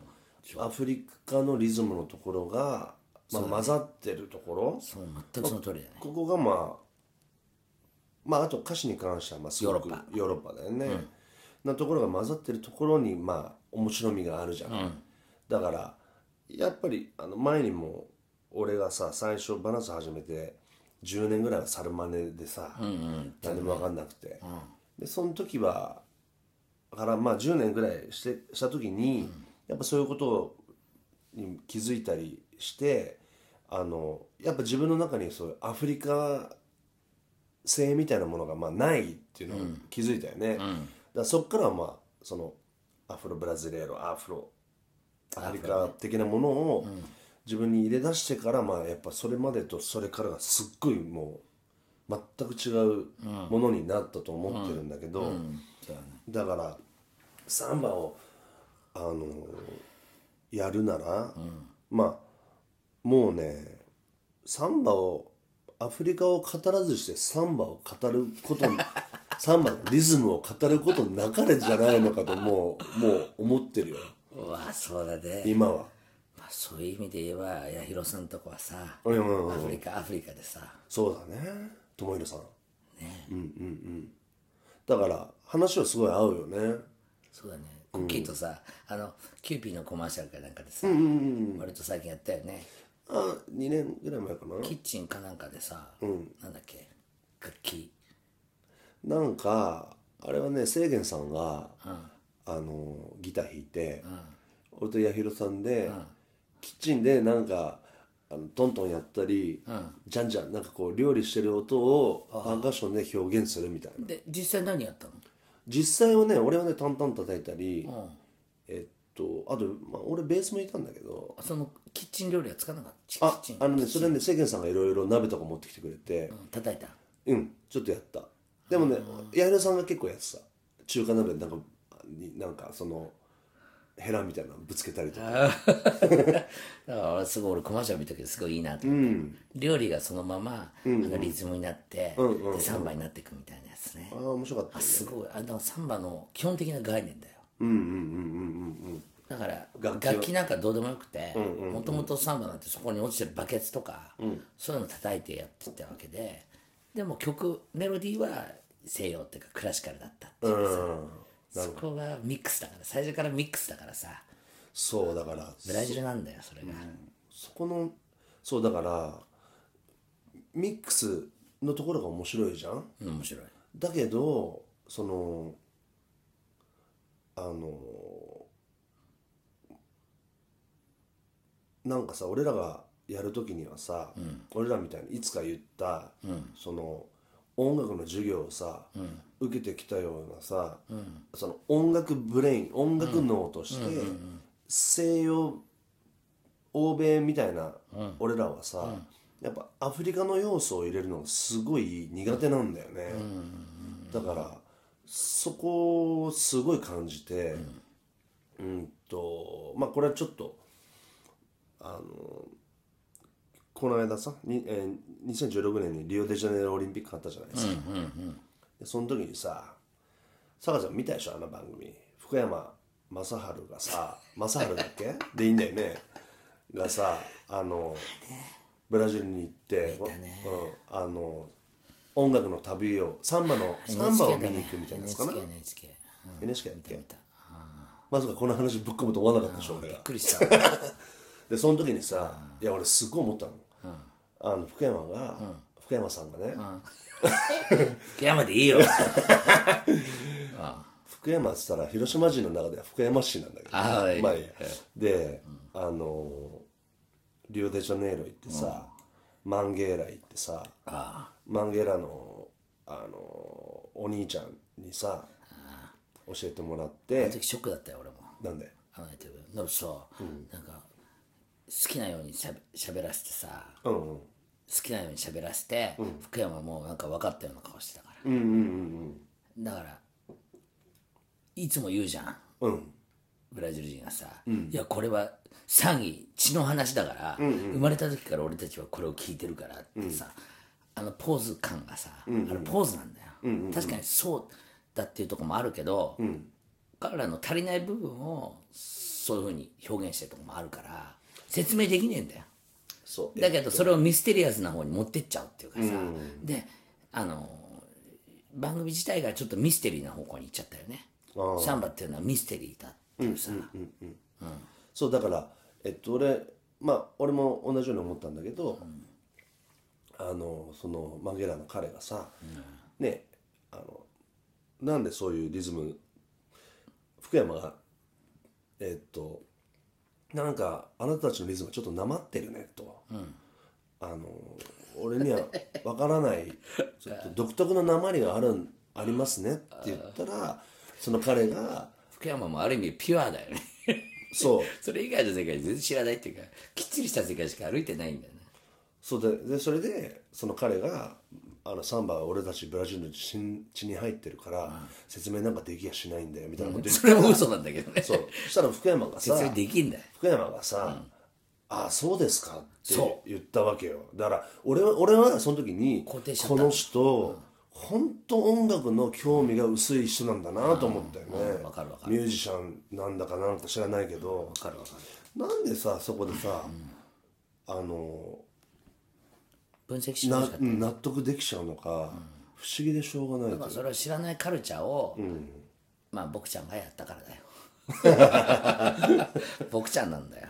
Speaker 1: アフリカのリズムのところが、まあ、混ざってるところ
Speaker 2: そう全くその通りだね
Speaker 1: ここがまあまああと歌詞に関してはまあすごく
Speaker 2: ヨーロ
Speaker 1: ヨーロッパだよね、なところが混ざってるところにまあ面白みがあるじゃん、だからやっぱりあの前にも俺がさ最初バランス始めて10年ぐらいはサルマネでさ、何も分かんなくて、でその時はだからまあ10年ぐらいしてした時に、やっぱそういうことに気づいたりしてあのやっぱ自分の中にそういうアフリカ性みたいなものがまあないっていうのを気づいたよね、だからそっからはまあそのアフロブラジレーロアフロアフリカ的なものを自分に入れ出してからまあやっぱそれまでとそれからがすっごいもう全く違うものになったと思ってるんだけど、
Speaker 2: そうだね
Speaker 1: だからサンバをあのやるなら、まあもうねサンバをアフリカを語らずしてサンバを語る ことにサンバのリズムを語ることなかれじゃないのかともうもう思ってるよ
Speaker 2: うわそうだね
Speaker 1: 今は。
Speaker 2: まあ、そういう意味で言えば八尋さんとこはさ、
Speaker 1: うんうんうん
Speaker 2: アフリカアフリカでさ
Speaker 1: そうだね友廣さんねうんうんうんだから話はすごい合うよね
Speaker 2: そうだねコッキーとさ、あのキューピーのコマーシャルかなんかでさ、割と最近やったよね
Speaker 1: あ2年ぐらい前かな
Speaker 2: キッチンかなんかでさ、なんだっけ楽器
Speaker 1: なんかあれはね清源さんが、あのギター弾いて、俺と八尋さんで、キッチンでなんかあのトントンやったり、じゃんじゃんなんかこう料理してる音をパーカッションで表現するみたいな
Speaker 2: で実際何やったの
Speaker 1: 実際はね俺はねタンタン叩いたり、えっとあと、まあ、俺ベースもいたんだけど
Speaker 2: あそのキッチン料理はつかなかったチキッ
Speaker 1: あ
Speaker 2: チン
Speaker 1: あのねそれはね清源さんがいろいろ鍋とか持ってきてくれて、
Speaker 2: うん叩いた
Speaker 1: うんちょっとやったでもね八重さんが結構やってた中華鍋なんかになんかそのヘラみたいなのぶつけたりとか
Speaker 2: だから俺すごい俺コマーシャル見たけどすごいいいなと思って、料理がそのままなんかリズムになって、でサンバになっていくみたいなやつね、
Speaker 1: ああ面白かったね
Speaker 2: すごいあのサンバの基本的な概念だよ
Speaker 1: うんうんうんうんうんうん
Speaker 2: だから
Speaker 1: 楽
Speaker 2: 楽
Speaker 1: 器
Speaker 2: 器
Speaker 1: は
Speaker 2: なんかどうでもよくてもともとサンバなんてそこに落ちてるバケツとか、そういうの叩いてやってたわけででも曲メロディーは西洋っていうかクラシカルだったっていうさ、そこがミックスだから最初からミックスだからさ
Speaker 1: そうだから
Speaker 2: ブラジルなんだよそれが、
Speaker 1: そこのそうだからミックスのところが面白いじゃん
Speaker 2: うん面白い
Speaker 1: だけどそのあのなんかさ俺らがやる時にはさ、俺らみたいにいつか言った、その音楽の授業をさ、受けてきたようなさ、その音楽ブレイン音楽脳として、西洋欧米みたいな俺らはさ、やっぱアフリカの要素を入れるのがすごい苦手なんだよね、だからそこをすごい感じてうんとまあこれはちょっとあのこの間さに、えー2016年にリオデジャネイロオリンピックあったじゃないですか、でその時にささかちゃん見たでしょあの番組福山雅治がさ 雅治だっけでいいんだよねがさあのブラジルに行って、うん、あの音楽の旅をサンバのサンバを見に行くみたいなやつかな
Speaker 2: NHK NHK
Speaker 1: NHK だっけ
Speaker 2: 見た
Speaker 1: ままさかこの話ぶっ込むと思わなかったでしょ俺
Speaker 2: び
Speaker 1: が
Speaker 2: っくりした
Speaker 1: でその時にさいや俺すっごい思ったの,、あの福山が、福山さんがね、
Speaker 2: 福山でいいよ
Speaker 1: 福山って言ったら広島人の中では福山市なんだけど、
Speaker 2: あはい
Speaker 1: まあいいやで、あのリオデジャネイロ行ってさ、マンゲーラ行ってさマンゲーラのあのお兄ちゃんにさ教えてもらっ
Speaker 2: あの
Speaker 1: て
Speaker 2: 時ショックだったよ俺も
Speaker 1: なんで
Speaker 2: あのやってるだからさ、なんか好きなようにしゃべ喋らせてさ好
Speaker 1: うんうん
Speaker 2: きなように喋らせて、福山もなんか分かったような顔してたから、
Speaker 1: うんうん
Speaker 2: だからいつも言うじゃん
Speaker 1: うんうん
Speaker 2: ブラジル人がさ、いやこれは詐欺血の話だから、生まれた時から俺たちはこれを聞いてるからってさ、あのポーズ感がさ、あれポーズなんだよ、確かにそうだっていうところもあるけど、彼らの足りない部分をそういうふうに表現してるところもあるから説明できねえんだよ
Speaker 1: そう
Speaker 2: だけどそれをミステリアスな方に持ってっちゃうっていうかさ、であの番組自体がちょっとミステリーな方向に行っちゃったよね
Speaker 1: あ
Speaker 2: サンバっていうのはミステリーだっていうさ、
Speaker 1: そうだからえっと俺まあ俺も同じように思ったんだけど、あのそのマンゲラの彼がさ、ねあのなんでそういうリズム福山がえっとなんかあなたたちのリズムはちょっとなまってるねと、あの俺にはわからないちょっと独特のなまりがあるんありますねって言ったらその彼が
Speaker 2: 福山もある意味ピュアだよね
Speaker 1: そう
Speaker 2: それ以外の世界全然知らないっていうかきっちりした世界しか歩いてないんだよね
Speaker 1: そうででそれでその彼が「あのサンバは俺たちブラジルの血に血に入ってるから説明なんかできやしないんだよ」みたいなこと言って
Speaker 2: それも嘘なんだけどね
Speaker 1: そうそしたら福山がさ
Speaker 2: 説明できんだよ
Speaker 1: 福山がさ「ああそうですか」って
Speaker 2: そ
Speaker 1: 言ったわけよだから俺は俺はその時にこ
Speaker 2: 肯定しちゃった
Speaker 1: の人本当音楽の興味が薄い人なんだなと思ったよね
Speaker 2: わかるわか
Speaker 1: ミュージシャンなんだかなんか知らないけど
Speaker 2: わかるわかる
Speaker 1: なんでさそこでさあの
Speaker 2: 分析しま
Speaker 1: な
Speaker 2: しかっ
Speaker 1: うん納得できちゃうのか、不思議でしょうがない
Speaker 2: た
Speaker 1: と
Speaker 2: それを知らないカルチャーを、まあ僕ちゃんがやったからだよ 僕ちゃんなんだよ、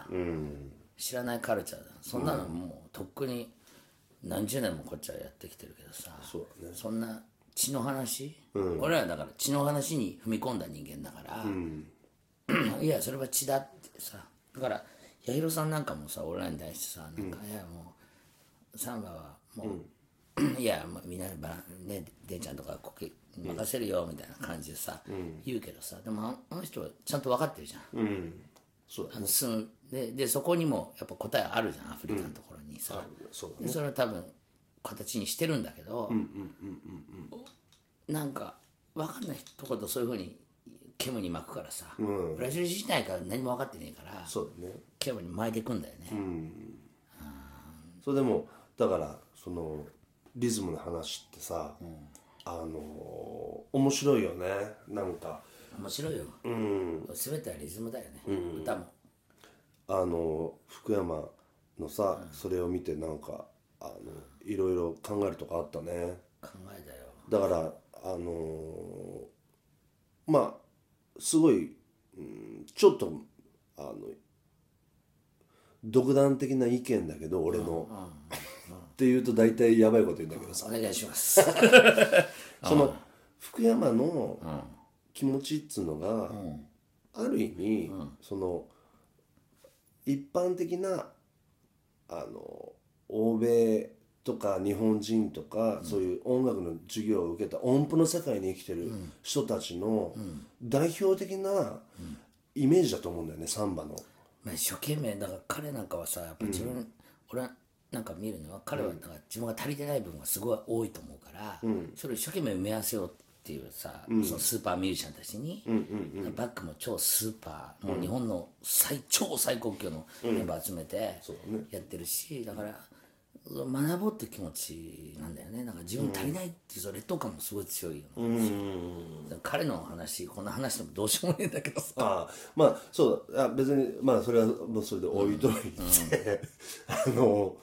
Speaker 2: 知らないカルチャーだそんなのもうとっくに何十年もこっちはやってきてるけどさ
Speaker 1: そうだね
Speaker 2: そんな血の話、俺らだから血の話に踏み込んだ人間だから、 いやそれは血だってさだから八尋さんなんかもさ俺らに対してさなんか、いやもうサンバはもう、 いやもうみんなでばねでんちゃんとかこけ任せるよみたいな感じでさ、言うけどさでもああの人はちゃんと分かってるじゃん、
Speaker 1: そうだ
Speaker 2: あの住むででそこにもやっぱ答えあるじゃんアフリカのところにさ、
Speaker 1: そうだ
Speaker 2: でそれは多分形にしてるんだけどなんか分かんないとことそういうふうに煙に巻くからさ、ブラジル自体から何も分かってねえから
Speaker 1: そうだね
Speaker 2: 煙に巻いていくんだよね、
Speaker 1: それでもだからそのリズムの話ってさ、あの面白いよねなんか
Speaker 2: 面白いよ、全てはリズムだよね、歌も
Speaker 1: あの福山のさ、それを見てなんかあのいろいろ考えるとかあったね
Speaker 2: 考えたよ
Speaker 1: だからあのーまあすごい、うん、ちょっとあの独断的な意見だけど俺の、っていうと大体やばいこと言うんだけどさ
Speaker 2: お願いします
Speaker 1: その福山の気持ちっつうのが、ある意味、その一般的なあの欧米とか日本人とか、そういう音楽の授業を受けた音符の世界に生きてる人たちの代表的なイメージだと思うんだよねサンバの。
Speaker 2: まあ一生懸命だから彼なんかはさやっぱ自分、俺なんか見るのは彼はだから自分が足りてない部分がすごい多いと思うから、それを一生懸命埋め合わせようっていうさ、そのスーパーミュージシャンたちに、バックも超スーパーもう日本の最超最高級のメンバー集めてやってるし、だから学ぼうって気持ちなんだよねなんか自分足りないっていうその劣等感もすごい強いよ、だから彼の話こんな話でもどうしようもねえんだけどさ
Speaker 1: ああまあそうだあ別にまあそれはもうそれで置いといて、 あの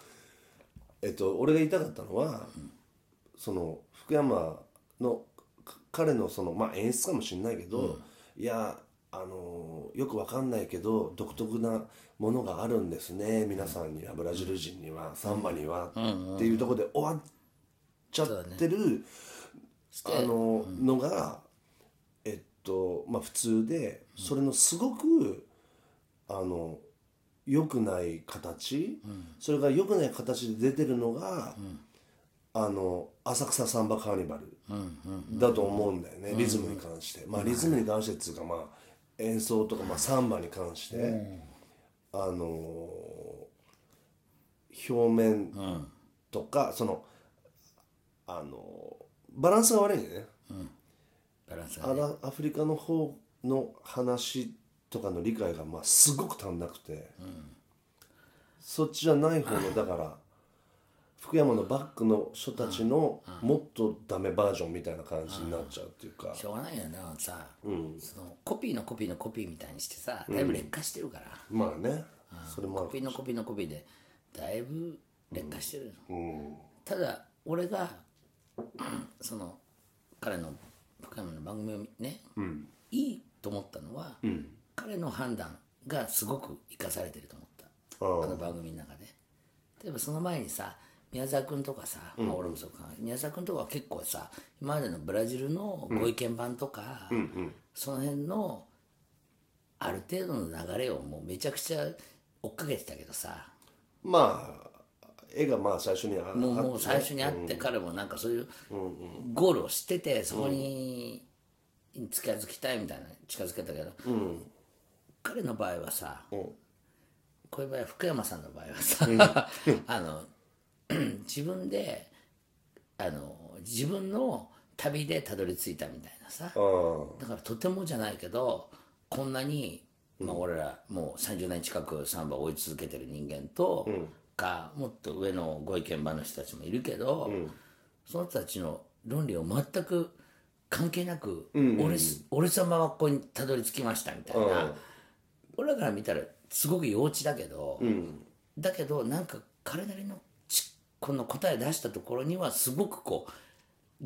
Speaker 1: えっと俺が言いたかったのは、その福山のか彼のそのまあ演出かもしれないけど、いやあのよくわかんないけど独特なものがあるんですね皆さんにはブラジル人にはサンバには、っていうところで終わっちゃってる、あののがえっとまあ普通でそれのすごくあの良くない形、それが良くない形で出てるのが、あの浅草サンバカーニバル。だと思うんだよねリズムに関して、まあリズムに関してっていうかまあ演奏とかまあサンバに関して、あのー表面とか、そのあのーバランスが悪いんだよね、
Speaker 2: バランスが
Speaker 1: アラアフリカの方の話とかの理解がまあすごく足んなくて、そっちじゃない方のだから福山のバックの人たちのもっとダメバージョンみたいな感じになっちゃうっていうか、
Speaker 2: しょうがないよなさ、そのコピーのコピーのコピーみたいにしてさだいぶ劣化してるから、
Speaker 1: まあねそれもあ
Speaker 2: コ
Speaker 1: る
Speaker 2: ピーのコピーのコピーでだいぶ劣化してるよ、ただ俺が、 うんその彼の深山の番組をね、いいと思ったのは、彼の判断がすごく生かされてると思ったあの番組の中で例えばその前にさ宮沢君とかさ、まあ、俺もそうか宮沢君とかは結構さ今までのブラジルのご意見版とか、その辺のある程度の流れをもうめちゃくちゃ追っかけてたけどさ
Speaker 1: まあ絵がまあ最初にあ
Speaker 2: もう
Speaker 1: あ
Speaker 2: もう最初に会って彼もなんかそういうゴールをしててそこに近づきたいみたいな近づけたけど、彼の場合はさ、こういう場合は福山さんの場合はさ、 あの 自分であの自分の旅でたどり着いたみたいなさ
Speaker 1: う
Speaker 2: だからとてもじゃないけどこんなに、まあ、俺らもう30年近くサンバを追い続けてる人間と、かもっと上のご意見番の人たちもいるけど、その人たちの論理を全く関係なく、俺す俺様はここにたどり着きましたみたいな、俺らから見たらすごく幼稚だけど、だけどなんか彼なりのちこの答え出したところにはすごくこう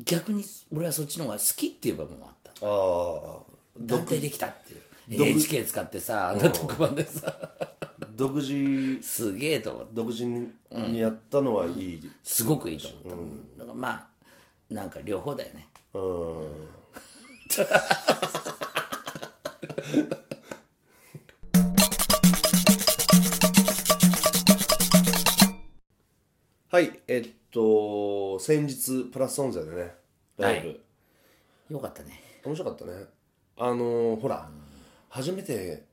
Speaker 2: 逆に俺はそっちの方が好きっていう部分もあった。
Speaker 1: ああ
Speaker 2: 断定できたっていう NHK 使ってさあんな特番でさ
Speaker 1: 独自
Speaker 2: すげえと思って
Speaker 1: 独自にやったのはいい
Speaker 2: すごくいいと思った、だからまあなんか両方だよね
Speaker 1: うん、 はいえっと先日プラスオンザでねライブ、
Speaker 2: はいよかったね
Speaker 1: 面白かったねあのーほら、初めて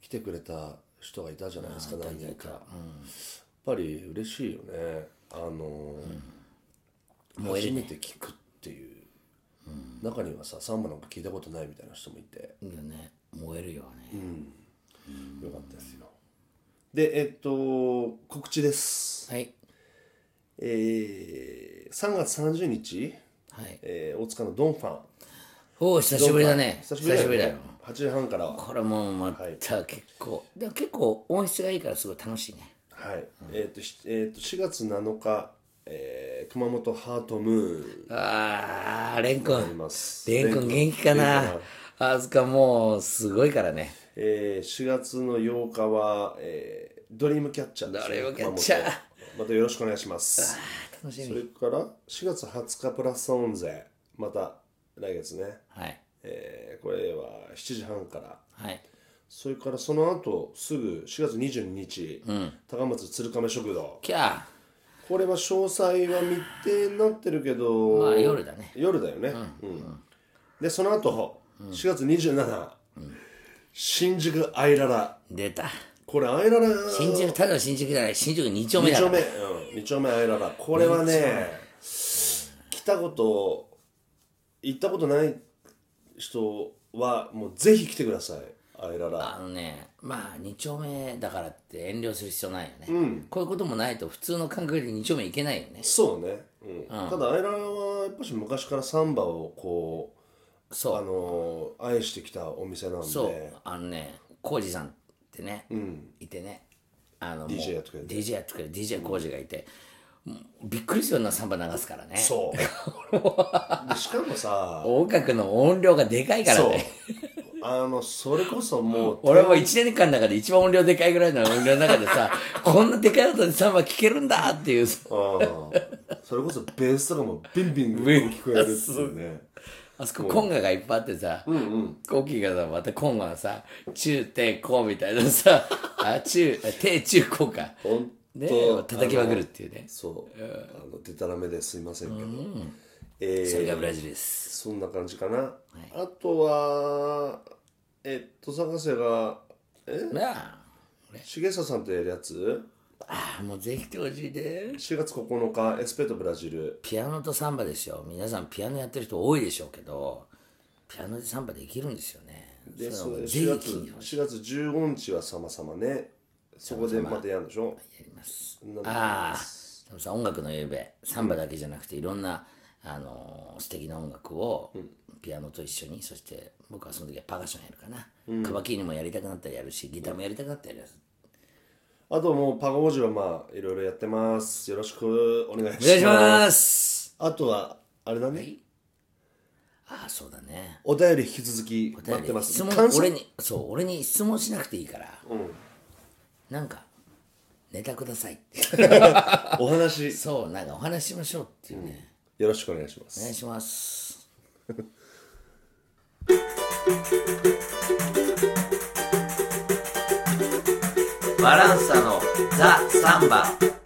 Speaker 1: 来てくれた人がいたじゃないですか何人か、やっぱり嬉しいよねあのー初めて聞くっていう、中にはさサンバなんか聞いたことないみたいな人もいて、
Speaker 2: いいよね燃えるよね、
Speaker 1: よかったですよでえっと告知です
Speaker 2: はい
Speaker 1: えー、3月30日、
Speaker 2: はい
Speaker 1: えー大塚のドンファン
Speaker 2: おお久しぶりだね
Speaker 1: 久しぶりだよ,、ね、
Speaker 2: だよ
Speaker 1: 8時半からは
Speaker 2: これもうまた結構、でも結構音質がいいからすごい楽しいね
Speaker 1: はい、えっ、としえっ、と4月7日、えー熊本ハートムーン
Speaker 2: ああレン君
Speaker 1: あります。
Speaker 2: レン君元気かなあずかもうすごいからね
Speaker 1: えー、4月の8日は、えードリームキャッチャーですね
Speaker 2: ドリームキャッチャー
Speaker 1: 熊本またよろしくお願いします。
Speaker 2: 楽し
Speaker 1: そ
Speaker 2: み
Speaker 1: れから4月20日プラス音勢また来月ね、
Speaker 2: はい
Speaker 1: えーこれは7時半から
Speaker 2: はい
Speaker 1: それからその後すぐ4月22日、高松鶴亀食堂
Speaker 2: キャー
Speaker 1: これは詳細は未定になってるけど、
Speaker 2: まあ夜だね
Speaker 1: 夜だよね、うんでその後、4月27、新宿アイララ
Speaker 2: 出た
Speaker 1: これアイララ
Speaker 2: 新宿ただの新宿じゃない新宿2丁目
Speaker 1: 2
Speaker 2: だ
Speaker 1: 丁
Speaker 2: から
Speaker 1: 目、うん、2丁目アイララこれはね来たこと行ったことない人はもうぜひ来てくださいアイララ
Speaker 2: あのねまあ2丁目だからって遠慮する必要ないよね、こういうこともないと普通の感覚で2丁目行けないよね
Speaker 1: そうね、うんただアイララはやっぱし昔からサンバをこう
Speaker 2: そ
Speaker 1: あ
Speaker 2: う
Speaker 1: のー愛してきたお店なんで
Speaker 2: そう、あのね浩二さんってね、いてねあのもう
Speaker 1: DJ やってくれて
Speaker 2: DJ やってくれる DJ 浩二がいて、もうびっくりするようなサンバ流すからね
Speaker 1: そうでしかもさ
Speaker 2: 音楽の音量がでかいから
Speaker 1: そう
Speaker 2: ね
Speaker 1: あのそれこそもう
Speaker 2: 俺も1年間の中で一番音量でかいぐらいの音量の中でさ こんなでかい音でサンバ聴けるんだっていうさ
Speaker 1: うんそれこそベースとかもビンビン聞こえるっていうね
Speaker 2: あそこコンガがいっぱいあってさ、コキがさまたコンガはさ中低高みたいな さあ中あ低中高か
Speaker 1: 本
Speaker 2: ね
Speaker 1: 当
Speaker 2: 叩きまくるっていうね
Speaker 1: そうあのでたらめですいませんけど、え
Speaker 2: それがブ
Speaker 1: ー、
Speaker 2: ラジルです
Speaker 1: そんな感じかな、あとはえっと坂瀬がえ
Speaker 2: なあ
Speaker 1: 重久さんとやるやつ
Speaker 2: ああもうぜひ来てほしいで
Speaker 1: 4月9日エスペとブラジル
Speaker 2: ピアノとサンバでしょ皆さんピアノやってる人多いでしょうけどピアノでサンバできるんですよね
Speaker 1: で
Speaker 2: そ
Speaker 1: そ
Speaker 2: れは
Speaker 1: れ
Speaker 2: もうぜひ
Speaker 1: 4月
Speaker 2: 聞いてほしい
Speaker 1: 4月15日は様々ねそこでまたやるんでしょ
Speaker 2: やります
Speaker 1: なんだ
Speaker 2: ああでもさ音楽のゆうべサンバだけじゃなくていろんな、あのー素敵な音楽をピアノと一緒にそして僕はその時はパーカッションやるかな、カバキーニもやりたくなったらやるしギターもやりたくなったらやる
Speaker 1: あともうパゴ王子はまあいろいろやってますよろしくお願いします
Speaker 2: お願いします
Speaker 1: あとはあれだね、
Speaker 2: ああそうだね
Speaker 1: お便り引き続き
Speaker 2: お便
Speaker 1: 待
Speaker 2: り
Speaker 1: ってます
Speaker 2: 質問
Speaker 1: 感想
Speaker 2: 俺にそう俺に質問しなくていいから、なんかネタください
Speaker 1: お話
Speaker 2: そうなんかお話ししましょうっていうね、
Speaker 1: よろしくお願いしま
Speaker 2: お願
Speaker 1: す
Speaker 2: いしますバランサのザ・サンバ